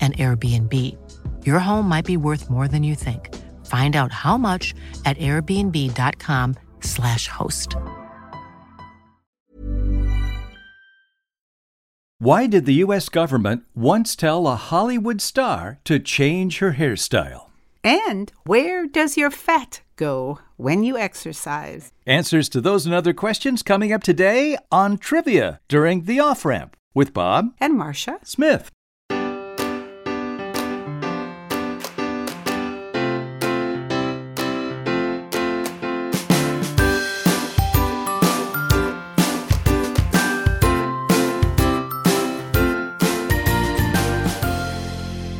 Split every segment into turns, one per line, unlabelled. an Airbnb. Your home might be worth more than you think. Find out how much at airbnb.com/slash host.
Why did the U.S. government once tell a Hollywood star to change her hairstyle?
And where does your fat go when you exercise?
Answers to those and other questions coming up today on Trivia during the off ramp with Bob
And Marcia?
Smith.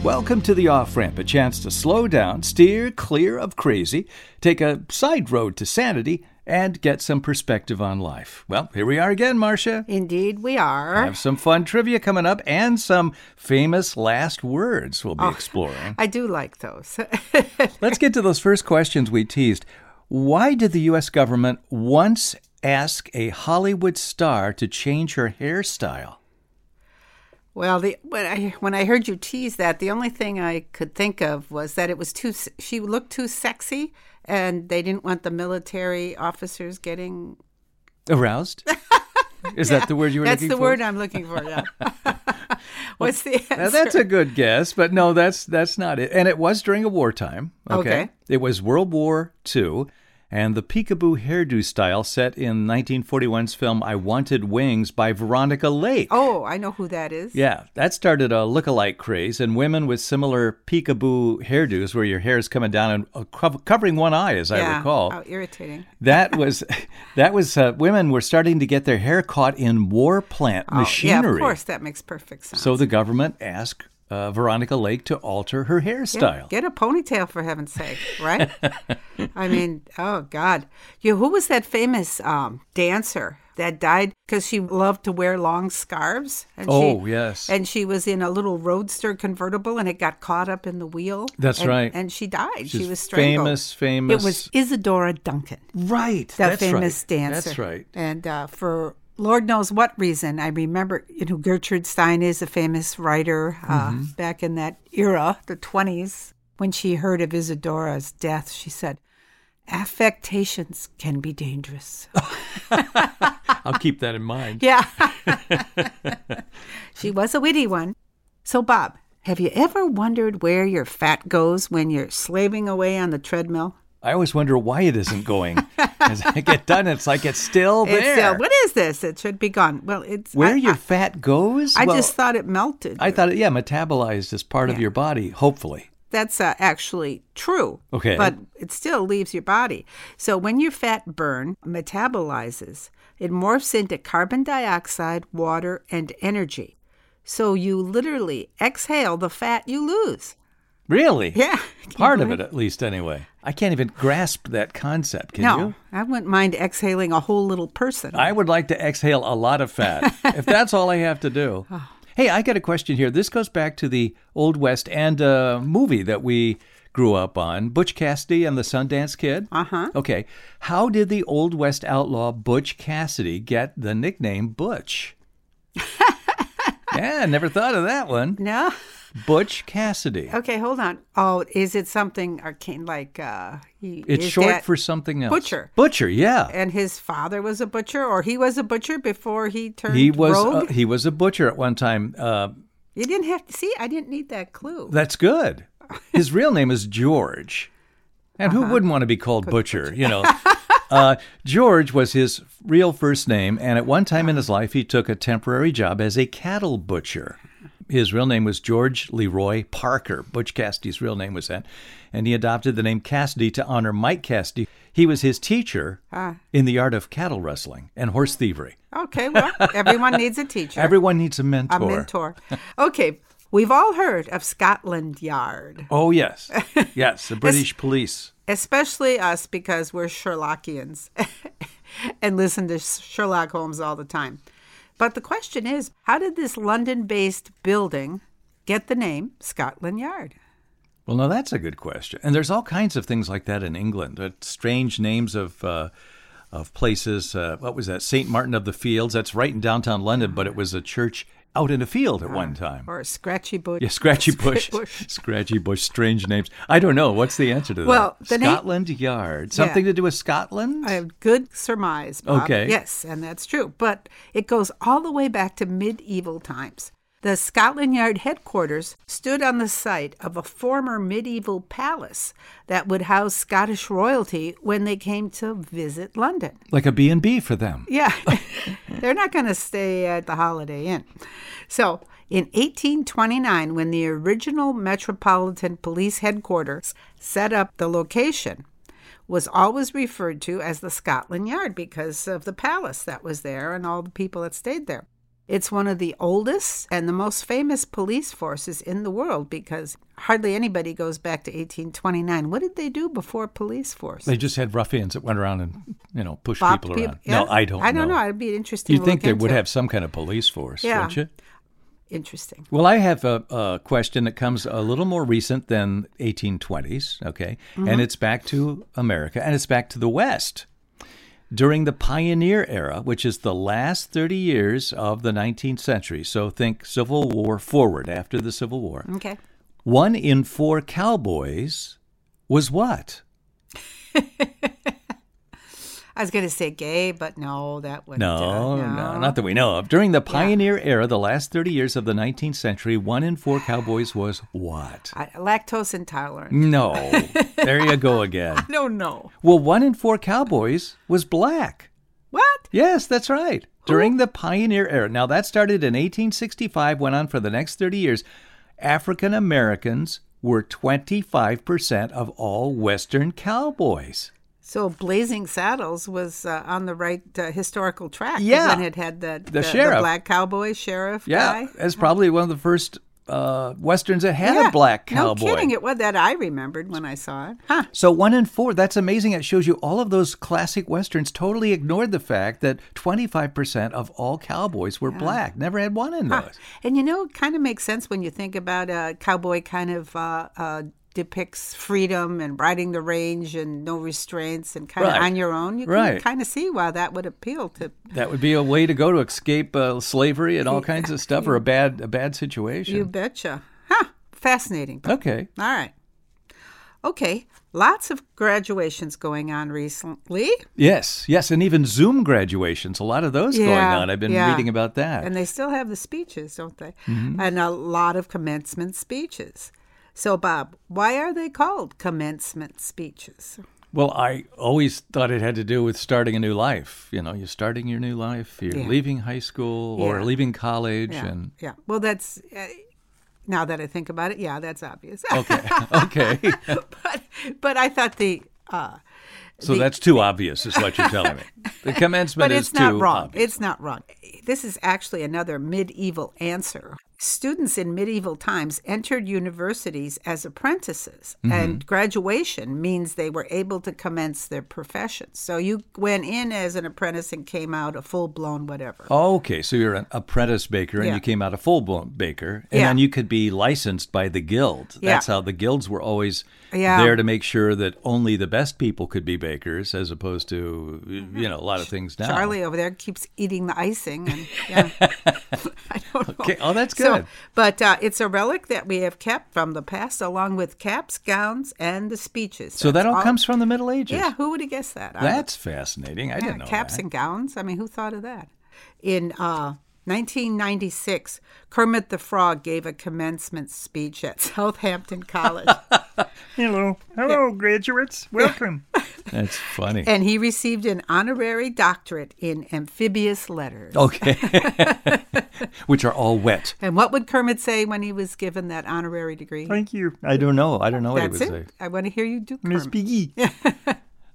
Welcome to the off ramp, a chance to slow down, steer clear of crazy, take a side road to sanity, and get some perspective on life. Well, here we are again, Marcia.
Indeed, we are.
Have some fun trivia coming up and some famous last words we'll be
Oh,
exploring.
I do like those.
Let's get to those first questions we teased. Why did the U.S. government once ask a Hollywood star to change her hairstyle?
well, the, when I when I heard you tease that, the only thing I could think of was that it was too. s- She looked too sexy, and they didn't want the military officers getting.
Aroused? Is that the word you were
That's
looking
the
for?
word I'm looking for. Yeah. What's the answer?
Now, that's a good guess, but no, that's that's not it. And it was during a wartime. Okay.
Okay.
It was World War II, and the peekaboo hairdo style set in 1941's film I Wanted Wings by Veronica Lake.
Oh, I know who that is.
Yeah, that started a look-alike craze, and women with similar peekaboo hairdos, where your hair is coming down and uh, cov- covering one eye, as I
Yeah.
recall.
How irritating.
That was, that was. Uh, women were starting to get their hair caught in war plant
Oh,
machinery.
yeah, of course, that makes perfect sense.
So the government asked uh, Veronica Lake to alter her hairstyle.
Get a ponytail for heaven's sake, right? I mean, oh God, you. Who was that famous um, dancer that died because she loved to wear long scarves? And
Oh,
she,
yes.
And she was in a little roadster convertible, and it got caught up in the wheel.
That's
and-
right.
And she died. she
She's
was strangled.
famous, famous-
It was Isadora Duncan,
Right.
that
that's
famous
right.
dancer.
That's right.
And uh, for. Lord knows what reason. I remember, you know, Gertrude Stein is a famous writer uh,
Mm-hmm.
back in that era, the 20s, When she heard of Isadora's death, she said, Affectations can be dangerous.
I'll keep that in mind.
yeah. she was a witty one. So, Bob, have you ever wondered where your fat goes when you're slaving away on the treadmill?
I always wonder why it isn't going. As I get done, it's like it's still there.
It's, uh, what is this? It should be gone. Well, it's.
Oh, Where
I,
your
I-
fat goes?
I
Well,
just thought it melted.
I thought, it, yeah, metabolized as part of
Yeah.
your body, hopefully.
that's uh, actually true.
Okay.
But it still leaves your body. So when your fat burn metabolizes, it morphs into carbon dioxide, water, and energy. So you literally exhale the fat you lose.
Really?
Yeah. Can you
Part of
believe
it, at least, anyway. I can't even grasp that concept. Can
no,
you?
I wouldn't mind exhaling a whole little person.
I would like to exhale a lot of fat if that's all I have to do. Hey, Hey, I got a question here. This goes back to the Old West and a movie that we grew up on Butch Cassidy and the Sundance Kid.
Uh huh.
Okay. How did the Old West outlaw Butch Cassidy get the nickname Butch? yeah, never thought of that one.
No.
Butch Cassidy.
Okay, hold on. Oh, is it something arcane like uh he,
It's
his
short
dad-
for something else.
Butcher.
Butcher, yeah.
and his father was a butcher or he was a butcher before he turned
He was
rogue?
uh, he was a butcher at one time. Uh,
you didn't have to see, I didn't need that clue.
that's good. His real name is George, and who wouldn't want to be called Uh-huh. butcher? You know, uh, George was his real first name, and at one time in his life, he took a temporary job as a cattle butcher. His real name was George Leroy Parker. Butch Cassidy's real name was that, and he adopted the name Cassidy to honor Mike Cassidy. He was his teacher in the art of cattle rustling and horse thievery.
okay, well, everyone needs a teacher.
Everyone needs a
a
mentor.
mentor. Okay, we've all heard of Scotland Yard,
Oh yes, yes, the British police.
especially us because we're Sherlockians and listen to Sherlock Holmes all the time. But the question is, how did this London-based building get the name Scotland Yard?
Well, no, that's a good question. And there's all kinds of things like that in England. Uh, strange names of uh, of places. Uh, what was that? Saint Martin of the Fields. That's right in downtown London, but it was a church out in a field at one time.
Or Scratchy Bush?
Yeah, Scratchy Bush.
Bush.
Scratchy Bush. Strange names. I don't know. What's the answer to that?
Well, the name-
Scotland Yard. Something to do with Scotland?
I have good surmise. Bob.
Okay.
Yes, and that's true. But it goes all the way back to medieval times. The Scotland Yard headquarters stood on the site of a former medieval palace that would house Scottish royalty when they came to visit London.
like a B&B for them.
Yeah. They're not going to stay at the Holiday Inn. So, in 1829, when the original Metropolitan Police Headquarters set up the location, was always referred to as the Scotland Yard because of the palace that was there and all the people that stayed there. It's one of the oldest and the most famous police forces in the world because hardly anybody goes back to 1829. What did they do before police force?
They just had ruffians that went around and, you know, pushed
Bopped
people
peop-
around.
yeah.
No, I don't know.
I don't know. It'd be interesting.
You'd
to
think
look
they would
into.
have some kind of police force,
Yeah.
wouldn't you?
Interesting.
Well, I have a, a question that comes a little more recent than 1820s, okay? And it's back to America and it's back to the West. During the pioneer era, which is the last 30 years of the 19th century, so think Civil War forward after the Civil War,
Okay.
one in four cowboys was what?
I was going to say gay, but no, that wouldn't.
No,
uh,
no, not that we know of. During the pioneer era, the last 30 years of the 19th century, one in four cowboys was what?
I, lactose intolerant.
No. There you go again.
No, no.
Well, one in four cowboys was black.
What?
Yes, that's right. During the pioneer era. Now, that started in 1865, went on for the next 30 years. African Americans were 25% of all Western cowboys.
So Blazing Saddles was uh, on the right uh, historical track.
Yeah.
When it had the,
The sheriff.
black cowboy sheriff
Yeah,
guy.
that's probably one of the first uh, Westerns that had
Yeah.
a black cowboy.
No kidding. It was that I remembered when I saw it. Huh.
So one in four, that's amazing. It shows you all of those classic Westerns totally ignored the fact that 25% of all cowboys were black. Never had one in
Huh.
those.
And you know, it kind of makes sense when you think about a cowboy kind of uh, uh, depicts freedom and riding the range and no restraints and kind of
Right.
on your own. You can
Right.
kind of see why that would appeal to.
That would be a way to go to escape uh, slavery and all kinds of stuff, or a bad a bad situation.
You betcha. Huh. Fascinating.
okay.
All right. Okay. Lots of graduations going on recently.
Yes, yes, and even Zoom graduations. A lot of those going
Yeah,
on. I've been
yeah.
reading about that.
And they still have the speeches, don't they?
Mm-hmm.
And a lot of commencement speeches. So, Bob, why are they called commencement speeches?
well, I always thought it had to do with starting a new life. You know, you're starting your new life. You're
Yeah.
leaving high school or
Yeah.
leaving college, and
yeah. Well, that's uh, now that I think about it, yeah, that's obvious.
okay, okay.
but but I thought the uh,
So that's too obvious, is what you're telling me. The commencement
but it's
is
not
too
wrong.
obvious.
It's not wrong. This is actually another medieval answer. Students in medieval times entered universities as apprentices,
Mm-hmm.
and graduation means they were able to commence their profession. So you went in as an apprentice and came out a full blown whatever.
Okay, so you're an apprentice baker and
Yeah.
you came out a full blown baker, and
Yeah.
then you could be licensed by the guild.
Yeah.
That's how the guilds were always
Yeah.
there to make sure that only the best people could be bakers, as opposed to, you know, a lot of things now.
Mm-hmm. Charlie over there keeps eating the icing, and yeah, I don't know.
Okay, oh, that's
So-
good.
but uh, it's a relic that we have kept from the past, along with caps, gowns, and the speeches.
So that
That's
all, comes from the Middle Ages.
Yeah, who would have guessed that? I-
That's fascinating. I didn't know
caps
that.
and gowns. I mean, who thought of that? In uh, 1996, Kermit the Frog gave a commencement speech at Southampton College,
Hello. Hello, graduates. Welcome.
Oh, That's funny.
and he received an honorary doctorate in amphibious letters.
Okay. Which are all wet.
And what would Kermit say when he was given that honorary degree?
Thank you,
I don't know. I don't know what
That's
he would
it.
say.
I want to hear you do
Miss
Kermit.
Piggy.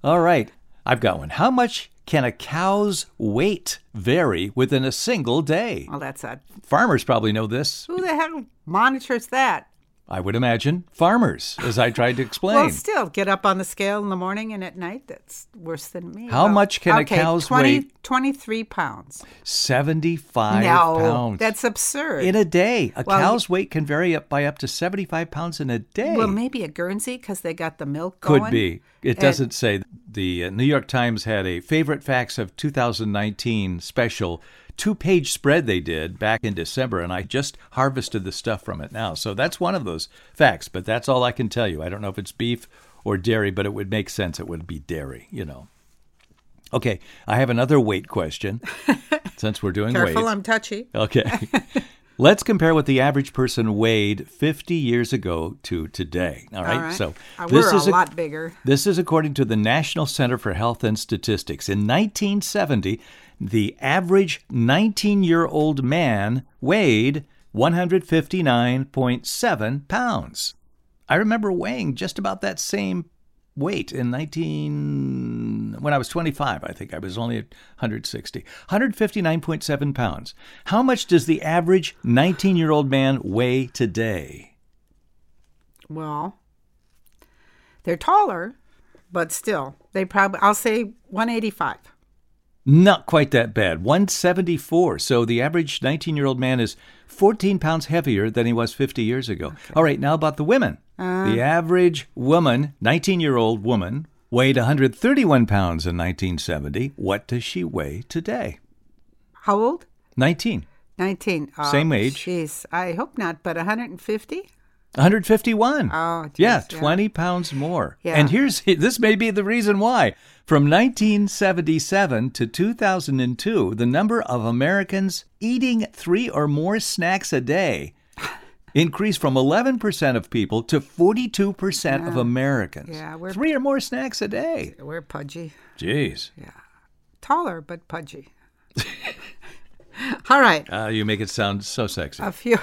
All right. I've got one. How much can a cow's weight vary within a single day?
Well, that's odd.
Farmers probably know this.
Who the hell monitors that?
I would imagine farmers, as I tried to explain.
Well, still, get up on the scale in the morning and at night. That's worse than me.
How
Well,
much can a
okay,
cow's
20,
weight-
23 pounds.
75
no,
pounds.
that's absurd.
in a day. A
Well,
cow's weight can vary up by up to 75 pounds in a day.
Well, maybe a Guernsey because they got the milk
Could
going.
be. It
And-
doesn't say. The uh, New York Times had a favorite facts of 2019 special two page spread they did back in December, and I just harvested the stuff from it now. So that's one of those facts, but that's all I can tell you. I don't know if it's beef or dairy, but it would make sense. It would be dairy, you know. Okay, I have another weight question since we're doing
Careful,
weight.
I'm touchy.
Okay. Let's compare what the average person weighed 50 years ago to today. All right.
All right.
So
Uh,
this
we're
is
a lot bigger.
This is according to the National Center for Health and Statistics. In 1970, the average 19-year-old man weighed 159.7 pounds. I remember weighing just about that same weight in 19 when I was 25 I think I was only at 160 159.7 pounds how much does the average 19 year old man weigh today
Well, they're taller, but still, they probably, I'll say 185.
not quite that bad 174 so the average 19 year old man is 14 pounds heavier than he was 50 years ago all right now about the women the average woman 19 year old woman weighed 131 pounds in 1970 what does she weigh today
How old?
19
19. Oh,
Same age.
Jeez, I hope not, but 150?
151.
Oh, geez,
yeah,
yeah.
20 pounds more.
Yeah.
And here's this may be the reason why. From 1977 to 2002, the number of Americans eating three or more snacks a day increased from 11% of people to 42% of Americans.
Yeah, we're-
three or more snacks a day.
We're pudgy.
Jeez.
Taller, but pudgy. All right.
Uh, you make it sound so sexy.
A few,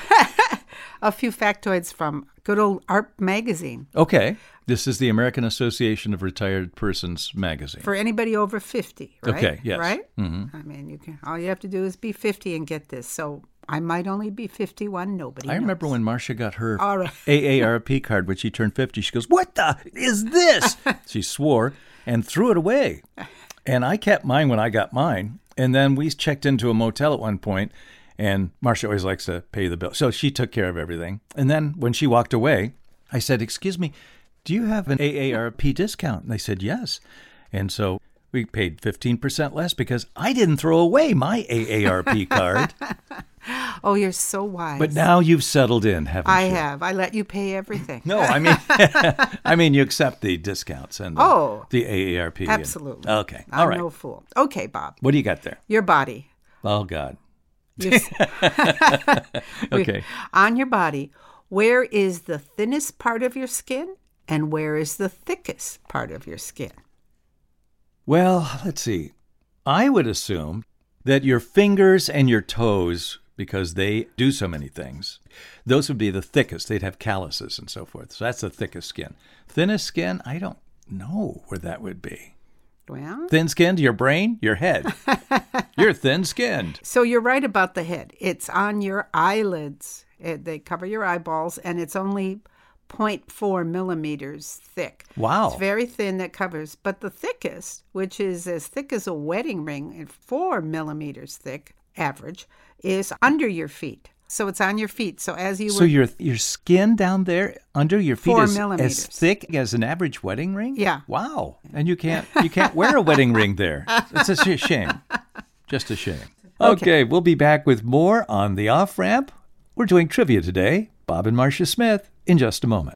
a few factoids from good old ARP magazine.
okay. This is the American Association of Retired Persons magazine. Mm-hmm.
for anybody over 50 right
Okay, yes.
right i mean you can all you have to do is be 50 and get this so i might only be 51 nobody
I remember
knows.
when Marcia got her
All right.
AARP card when she turned 50. She goes, What the is this? she swore and threw it away. And I kept mine when I got mine. And then we checked into a motel at one point, and Marcia always likes to pay the bill. So she took care of everything. And then when she walked away, I said, Excuse me, do you have an AARP discount? And they said, Yes. And so we paid 15% less because I didn't throw away my AARP card.
oh you're so wise
but now you've settled in, haven't
i
you?
have i let you pay everything
No, I mean, I mean, you accept the discounts and the,
Oh.
the AARP. and-
absolutely
okay.
i'm
All right.
no fool okay bob
What do you got there?
your body
Oh God.
Your s-
Okay.
on your body where is the thinnest part of your skin and where is the thickest part of your skin
Well, let's see. I would assume that your fingers and your toes, because they do so many things, those would be the thickest. They'd have calluses and so forth. So that's the thickest skin. Thinnest skin, I don't know where that would be.
Well,
Thin skinned, your brain, your head. You're thin skinned.
so you're right about the head. It's on your eyelids. It, they cover your eyeballs, and it's only 0.4 millimeters thick.
Wow.
It's very thin that covers, but the thickest, which is as thick as a wedding ring and four millimeters thick, average, is under your feet. So it's on your feet. So as you
so
were,
your your skin down there under your feet
Four
is as
millimeters.
thick as an average wedding ring.
Yeah.
Wow. And you can't you can't wear a wedding ring there. It's a sh- shame. Just a shame. Okay, we'll be back with more on the off ramp. We're doing trivia today. Bob and Marcia Smith in just a moment.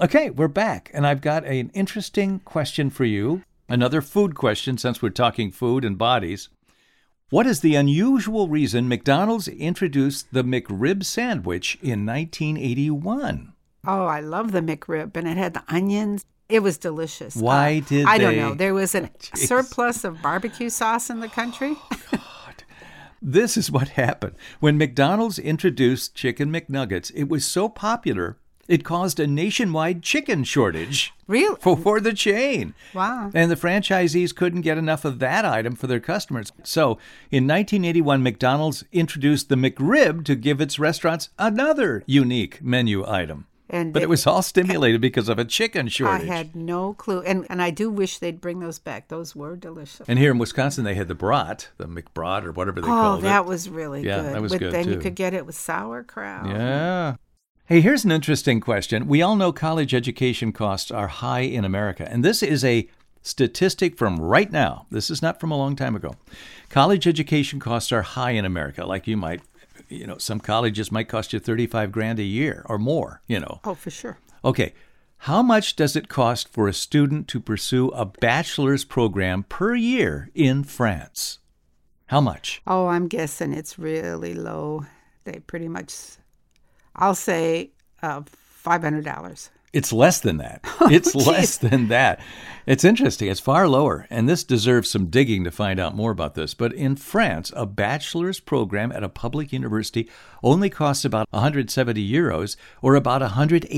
Okay, we're back, and I've got an interesting question for you. Another food question since we're talking food and bodies. What is the unusual reason McDonald's introduced the McRib sandwich in 1981?
oh, I love the McRib, and it had the onions. It was delicious.
Why
Uh,
did
I don't know.
they-
There was a
Jeez.
surplus of barbecue sauce in the country.
This is what happened. When McDonald's introduced Chicken McNuggets, it was so popular, it caused a nationwide chicken shortage
Really?
for, for the chain.
Wow.
And the franchisees couldn't get enough of that item for their customers. So in 1981, McDonald's introduced the McRib to give its restaurants another unique menu item.
And
But it was all stimulated because of a chicken
I
shortage.
had no clue, and and I do wish they'd bring those back. Those were delicious.
And here in Wisconsin, they had the brat, the McBrat or whatever they
oh,
called
that
it.
was really
Yeah,
good.
that was
With-
good,
Then you
too.
could get it with sauerkraut.
Yeah. Hey, here's an interesting question. We all know college education costs are high in America, and this is a statistic from right now. This is not from a long time ago. College education costs are high in America. Like you might, you know, some colleges might cost you 35 grand a year or more, you know.
Oh, for sure.
Okay. How much does it cost for a student to pursue a bachelor's program per year in France? How much?
Oh, I'm guessing it's really low. They pretty much, I'll say, uh, five hundred dollars.
It's less than that.
Oh,
It's less than that. It's interesting. It's far lower. And this deserves some digging to find out more about this. But in France, a bachelor's program at a public university only costs about 170 euros or about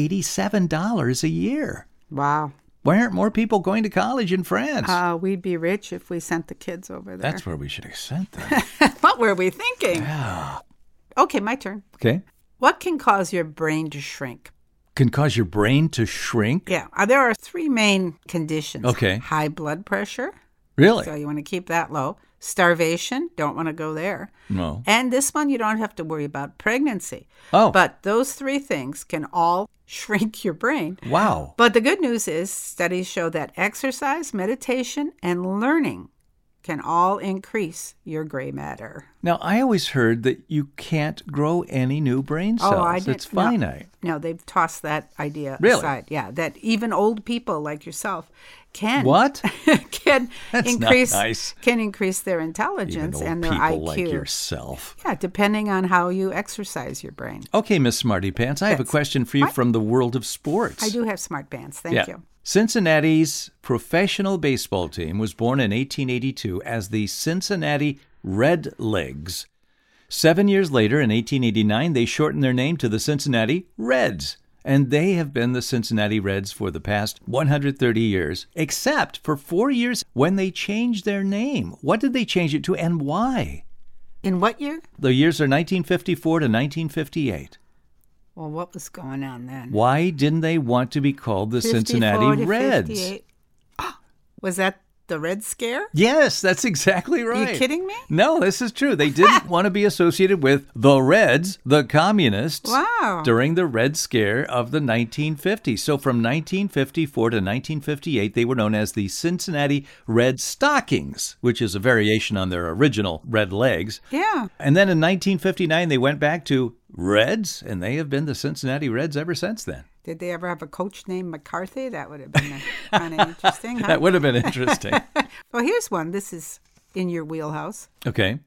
$187 a year.
Wow.
Why aren't more people going to college in France?
Uh, we'd be rich if we sent the kids over there.
That's where we should have sent them.
what were we thinking? Okay, my turn.
okay.
What can cause your brain to shrink?
Can cause your brain to shrink?
Yeah, uh, there are three main conditions.
Okay.
High blood pressure.
Really?
So you want to keep that low. Starvation, don't want to go there.
No.
And this one you don't have to worry about pregnancy.
Oh.
But those three things can all shrink your brain.
Wow.
But the good news is studies show that exercise, meditation, and learning can all increase your gray matter.
Now, I always heard that you can't grow any new brain cells.
Oh, didn't-
it's
no.
finite.
No, they've tossed that idea
Really?
aside. Yeah, that even old people like yourself can
What?
can
That's not
increase
nice.
can increase their intelligence
Even
and
old
their
people
IQ.
like yourself.
yeah, depending on how you exercise your brain.
Okay, Miss Smarty Pants, I have a
That's-
question for you
What?
from the world of sports.
I do have smart bands. Thank
Yeah.
you.
Cincinnati's professional baseball team was born in 1882 as the Cincinnati Red Legs. Seven years later, in 1889, they shortened their name to the Cincinnati Reds. And they have been the Cincinnati Reds for the past 130 years, except for four years when they changed their name. What did they change it to and why?
In what year?
The years are 1954 to 1958.
Well, what was going on then?
Why didn't they want to be called the
54
Cincinnati
to
Reds?
58. Was that the Red Scare?
Yes, that's exactly
Are
right.
you kidding me?
No, this is true. They didn't want to be associated with the Reds, the communists,
Wow.
during the Red Scare of the 1950s. So from 1954 to 1958, they were known as the Cincinnati Red Stockings, which is a variation on their original Red Legs.
Yeah.
And then in 1959, they went back to Reds, and they have been the Cincinnati Reds ever since then.
Did they ever have a coach named McCarthy? That would have been kind of interesting. Huh?
That would have been interesting.
Well, here's one. This is in your wheelhouse.
okay.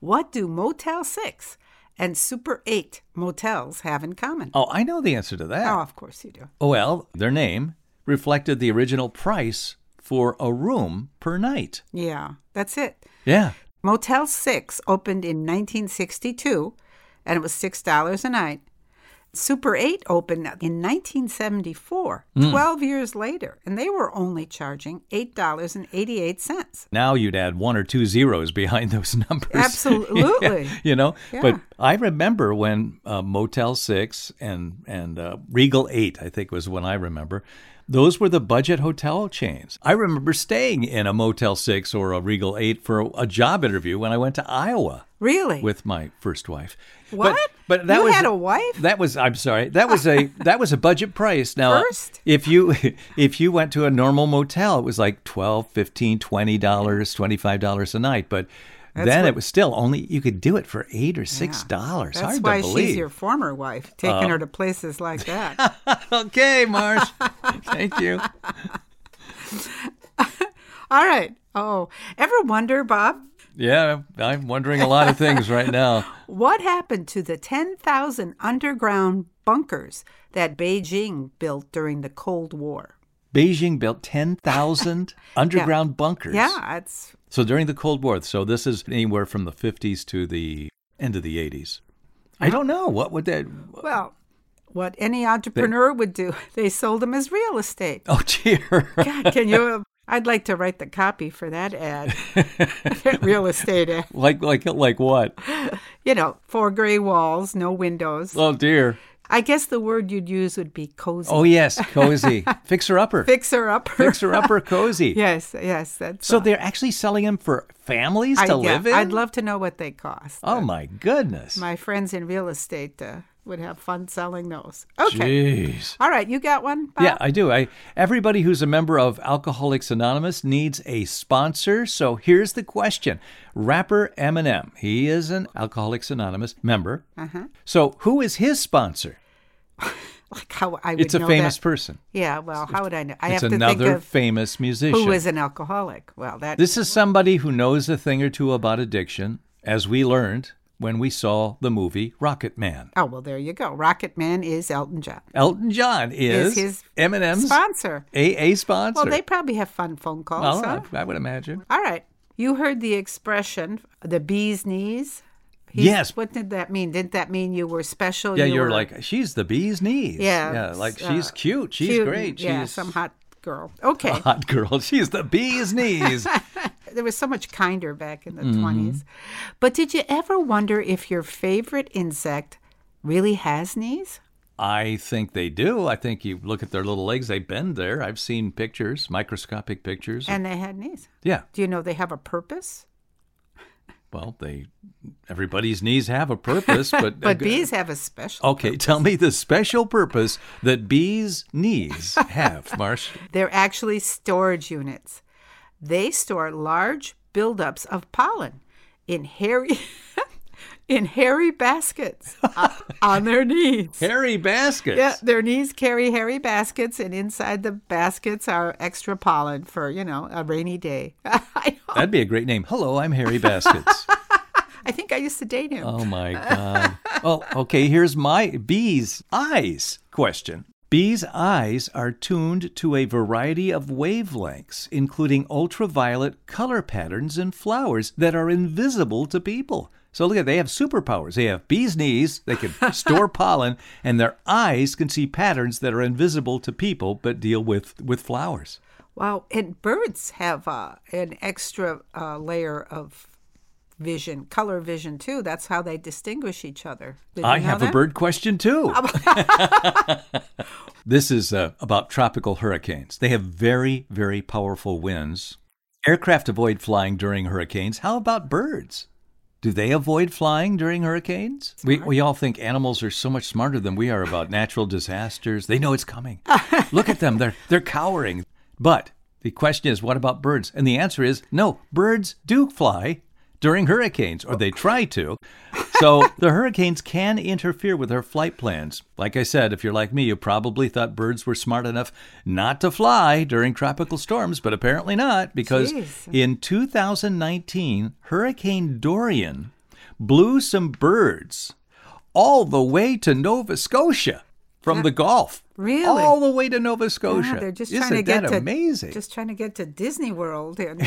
What do Motel 6 and Super 8 motels have in common?
Oh, I know the answer to that.
Oh, of course you do.
Well, their name reflected the original price for a room per night.
Yeah, that's it.
Yeah.
Motel 6 opened in 1962 and it was $6 a night. Super 8 opened in 1974,
Hmm.
12 years later, and they were only charging $8.88.
Now you'd add one or two zeros behind those numbers.
Absolutely.
you know,
Yeah.
but I remember when uh, Motel 6 and and uh, Regal 8, I think was when I remember. Those were the budget hotel chains. I remember staying in a Motel 6 or a Regal 8 for a job interview when I went to Iowa
Really?
with my first wife.
What?
But, but that
You
was
had a wife?
That was I'm sorry. That was a that was a budget price. Now
First?
if you if you went to a normal motel, it was like 12, 15, 20 dollars, 25 dollars a night, but then it was still only you could do it for 8 or 6 dollars.
That's
Hard
why
to believe. Um,
she's your former wife, taking her to places like that.
okay, Marsh. Thank you.
All right. Oh, ever wonder, Bob,
Yeah, I'm wondering a lot of things right now.
what happened to the 10,000 underground bunkers that Beijing built during the Cold War?
Beijing built 10,000 underground bunkers.
Yeah, it's
So during the Cold War, so this is anywhere from the 50s to the end of the 80s. I don't know what would that.
Well, what any entrepreneur would do, they sold them as real estate.
Oh dear.
God, can you? I'd like to write the copy for that ad. real estate ad.
like like like what?
You know, four gray walls, no windows.
Oh dear.
I guess the word you'd use would be cozy.
Oh yes, cozy. Fixer upper.
Fixer upper.
Fixer upper cozy.
yes, yes. That's
So
all.
they're actually selling them for families
I,
to
yeah,
live in.
I'd love to know what they cost. Uh,
Oh my goodness.
My friends in real estate uh, would have fun selling those. Okay.
Jeez.
All right, you got one? Bob?
Yeah, I do. I everybody who's a member of Alcoholics Anonymous needs a sponsor. So here's the question: Rapper Eminem, he is an Alcoholics Anonymous member.
Uh-huh.
So who is his sponsor?
like how I would
It's a
know
famous
that.
person.
Yeah, well, how would I know? I
it's
have to
another
think of
famous musician.
who is an alcoholic. Well, that
This is somebody who knows a thing or two about addiction, as we learned when we saw the movie Rocket Man.
Oh well, there you go. Rocket Man is Elton John.
Elton John is,
Is his
Eminem's
sponsor.
AA sponsor.
Well, they probably have fun phone
Well,
calls. huh?
I, I would imagine.
All right. You heard the expression, the bee's knees. He's-
Yes.
What did that mean? Didn't that mean you were special?
yeah,
you
you're
were
like she's the bee's knees.
Yeah,
yeah, like
uh,
she's cute. She's
cute
great.
and- Yeah,
she's
some hot girl. Okay.
hot girl. She's the bee's knees.
There was so much kinder back in the
Mm-hmm.
20s. But did you ever wonder if your favorite insect really has knees?
I think they do. I think you look at their little legs; they bend there. I've seen pictures, microscopic pictures.
And they had knees.
yeah,
Do you know they have a purpose?
well, they everybody's knees have a purpose, but uh,
But bees have a special
Okay, tell me the special purpose that bees' knees have, Marsh.
They're actually storage units. They store large buildups of pollen in hairy in hairy baskets o- on their knees.
Hairy baskets.
Yeah, their knees carry hairy baskets, and inside the baskets are extra pollen for you know a rainy day. I, know.
That'd be a great name. Hello, I'm Harry Baskets.
I think I used to date him.
oh my god. Oh, okay, here's my bees' eyes question. Bees' eyes are tuned to a variety of wavelengths, including ultraviolet color patterns in flowers that are invisible to people. So look at they have superpowers. They have bees' knees, they can store pollen, and their eyes can see patterns that are invisible to people but deal with, with flowers.
Wow, and birds have uh, an extra uh, layer of vision, color vision too. That's how they distinguish each other. Did you
I
know
have a
that?
bird question too. this is uh, about tropical hurricanes. They have very, very powerful winds. Aircraft avoid flying during hurricanes. How about birds? Do they avoid flying during hurricanes? We, we all think animals are so much smarter than we are about natural disasters. They know it's coming. Look at them. They're, they're cowering. But the question is, what about birds? And the answer is no, birds do fly during hurricanes, or they try to. So the hurricanes can interfere with our flight plans. Like I said, if you're like me, you probably thought birds were smart enough not to fly during tropical storms, but apparently not, because
Jeez.
in 2019, Hurricane Dorian blew some birds all the way to Nova Scotia. from the Gulf,
Really?
all the way to Nova Scotia.
Yeah, they're just
Isn't
trying to
that
get to
amazing?
Just trying to get to Disney World. And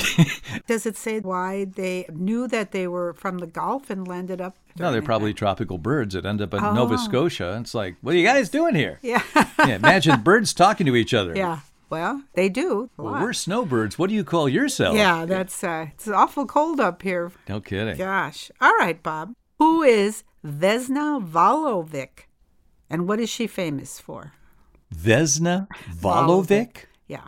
does it say why they knew that they were from the Gulf and landed up?
no, they're
during
probably tropical birds that end up in
Oh.
Nova Scotia. It's like, what are you guys doing here?
Yeah.
Yeah, imagine birds talking to each other.
that? Yeah. Well, they do. a
Well,
lot.
we're snowbirds. What do you call yourself?
yeah, that's uh, it's awful cold up here.
No kidding.
Gosh. All right, Bob. Who is Vesna Valovic, and what is she famous for?
Vesna Volovic?
Yeah.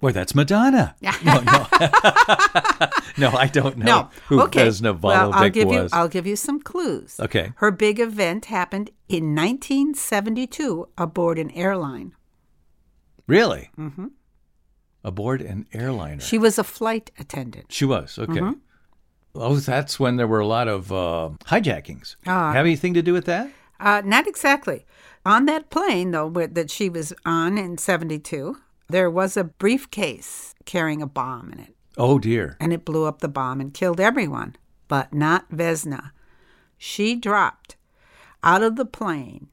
Well, that's Madonna. no, no. no, I don't know who
okay.
Vesna Volovic
well, I'll give
was.
You, I'll give you some clues.
Okay.
Her big event happened in 1972 aboard an airline.
Really? Mm-hmm. Aboard an airliner.
She was a flight attendant.
She was okay.
Mm-hmm.
Oh, that's when there were a lot of uh, hijackings.
Ah.
Have anything to do with that?
Uh, not exactly. On that plane, though, where, that she was on in 72, there was a briefcase carrying a bomb in it,
Oh dear.
and it blew up the bomb and killed everyone, but not Vesna. She dropped out of the plane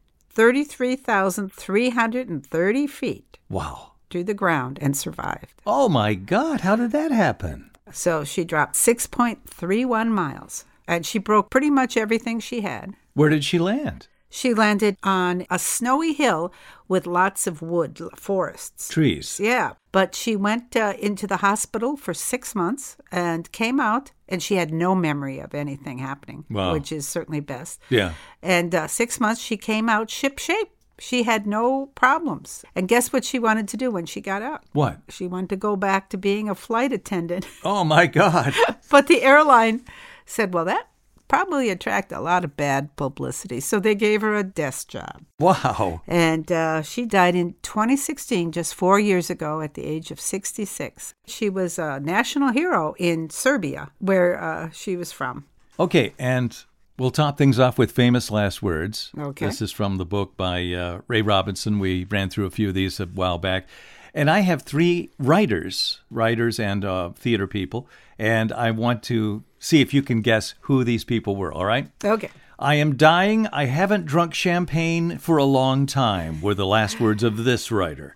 33,330 feet
Wow.
to the ground and survived.
Oh my God! How did that happen?
So she dropped 6.31 miles and she broke pretty much everything she had.
Where did she land?
She landed on a snowy hill with lots of wood l- forests.
Trees.
Yeah, but she went uh, into the hospital for six months and came out, and she had no memory of anything happening,
Wow.
which is certainly best.
Yeah.
And uh, six months, she came out shipshape. She had no problems. And guess what she wanted to do when she got out?
What?
She wanted to go back to being a flight attendant.
Oh my God!
But the airline said, well, that probably attract a lot of bad publicity. So they gave her a desk job.
wow.
And uh, she died in 2016, just four years ago, at the age of 66. She was a national hero in Serbia, where uh, she was from.
Okay, and we'll top things off with famous last words.
Okay.
This is from the book by uh, Ray Robinson. We ran through a few of these a while back. And I have three writers, writers and uh, theater people, and I want to see if you can guess who these people were, all right?
Okay.
I am dying. I haven't drunk champagne for a long time, were the last words of this writer.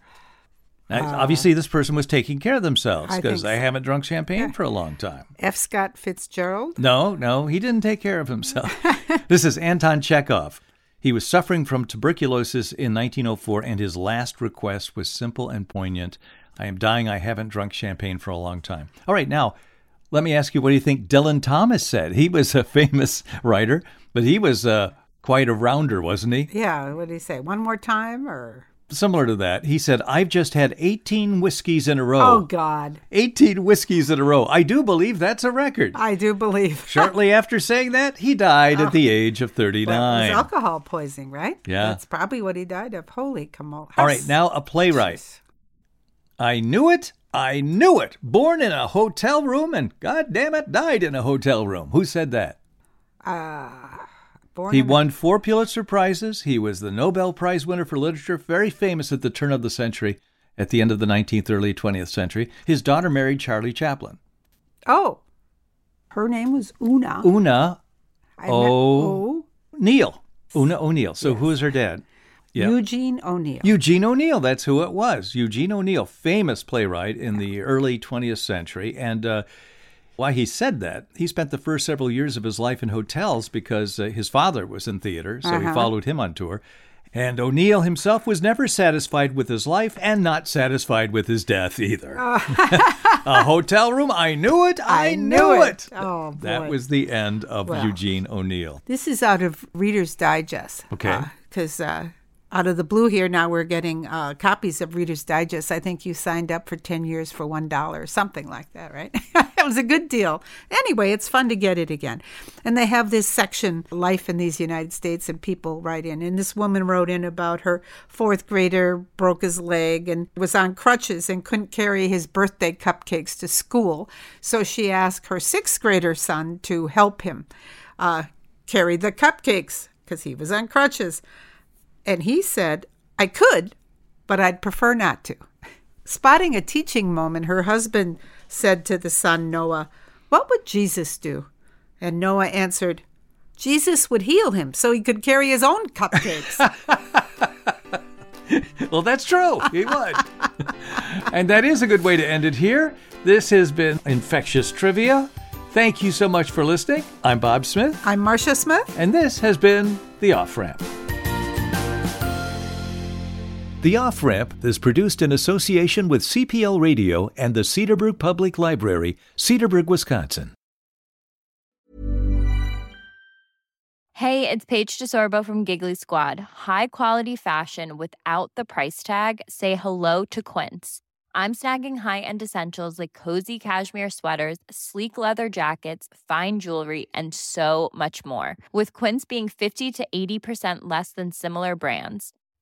Now, obviously, this person was taking care of themselves
Uh, I
because
think
I
so.
haven't drunk champagne for a long time.
F. Scott Fitzgerald.
No, no, he didn't take care of himself. this is Anton Chekhov. He was suffering from tuberculosis in 1904, and his last request was simple and poignant I am dying. I haven't drunk champagne for a long time. All right, now, let me ask you what do you think Dylan Thomas said? He was a famous writer, but he was uh, quite a rounder, wasn't he?
Yeah, what did he say? One more time or?
Similar to that, he said, I've just had 18 whiskeys in a row.
Oh, God.
18 whiskeys in a row. I do believe that's a record.
I do believe.
Shortly after saying that, he died at the age of
Oh. Well, it
39.
was alcohol poisoning, right?
Yeah.
That's probably what he died of. Holy camola.
All right, now a playwright. I knew it. I knew it. Born in a hotel room and, god damn it, died in a hotel room. Who said that?
Uh, born
he
in-
won four Pulitzer Prizes. He was the Nobel Prize winner for literature, very famous at the turn of the century, at the end of the 19th, early 20th century. His daughter married Charlie Chaplin.
Oh, her name was Una.
Una
I met-
O-
oh,
Neal. Una O'Neill. So who is her dad? Yeah.
Eugene O'Neill.
Eugene O'Neill, that's who it was. Eugene O'Neill, famous playwright in the early 20th century. And uh, why he said that, he spent the first several years of his life in hotels because uh, his father was in theater, so he
Uh-huh.
followed him on tour. And O'Neill himself was never satisfied with his life and not satisfied with his death either. A hotel room, I knew it, I,
Oh. I knew it. Oh,
That
boy.
was the end of
Well.
Eugene O'Neill.
This is out of Reader's Digest.
Okay.
Because uh, out of the blue here, now we're getting uh, copies of Reader's Digest. I think you signed up for 10 years for $1, something like that, right? it was a good deal. Anyway, it's fun to get it again. And they have this section, Life in these United States, and people write in. And this woman wrote in about her fourth grader broke his leg and was on crutches and couldn't carry his birthday cupcakes to school. So she asked her sixth grader son to help him. Uh, carry the cupcakes because he was on crutches. And he said, I could, but I'd prefer not to. Spotting a teaching moment, her husband said to the son Noah, What would Jesus do? And Noah answered, Jesus would heal him so he could carry his own cupcakes.
well, that's true. He would. and that is a good way to end it here. This has been Infectious Trivia. Thank you so much for listening. I'm Bob Smith,
I'm Marcia Smith.
and this has been The Off Ramp. The Off Ramp is produced in association with CPL Radio and the Cedarbrook Public Library, Cedarburg, Wisconsin.
Hey, it's Paige DeSorbo from Giggly Squad. High quality fashion without the price tag. Say hello to Quince. I'm snagging high-end essentials like cozy cashmere sweaters, sleek leather jackets, fine jewelry, and so much more. With Quince being 50 to 80% less than similar brands.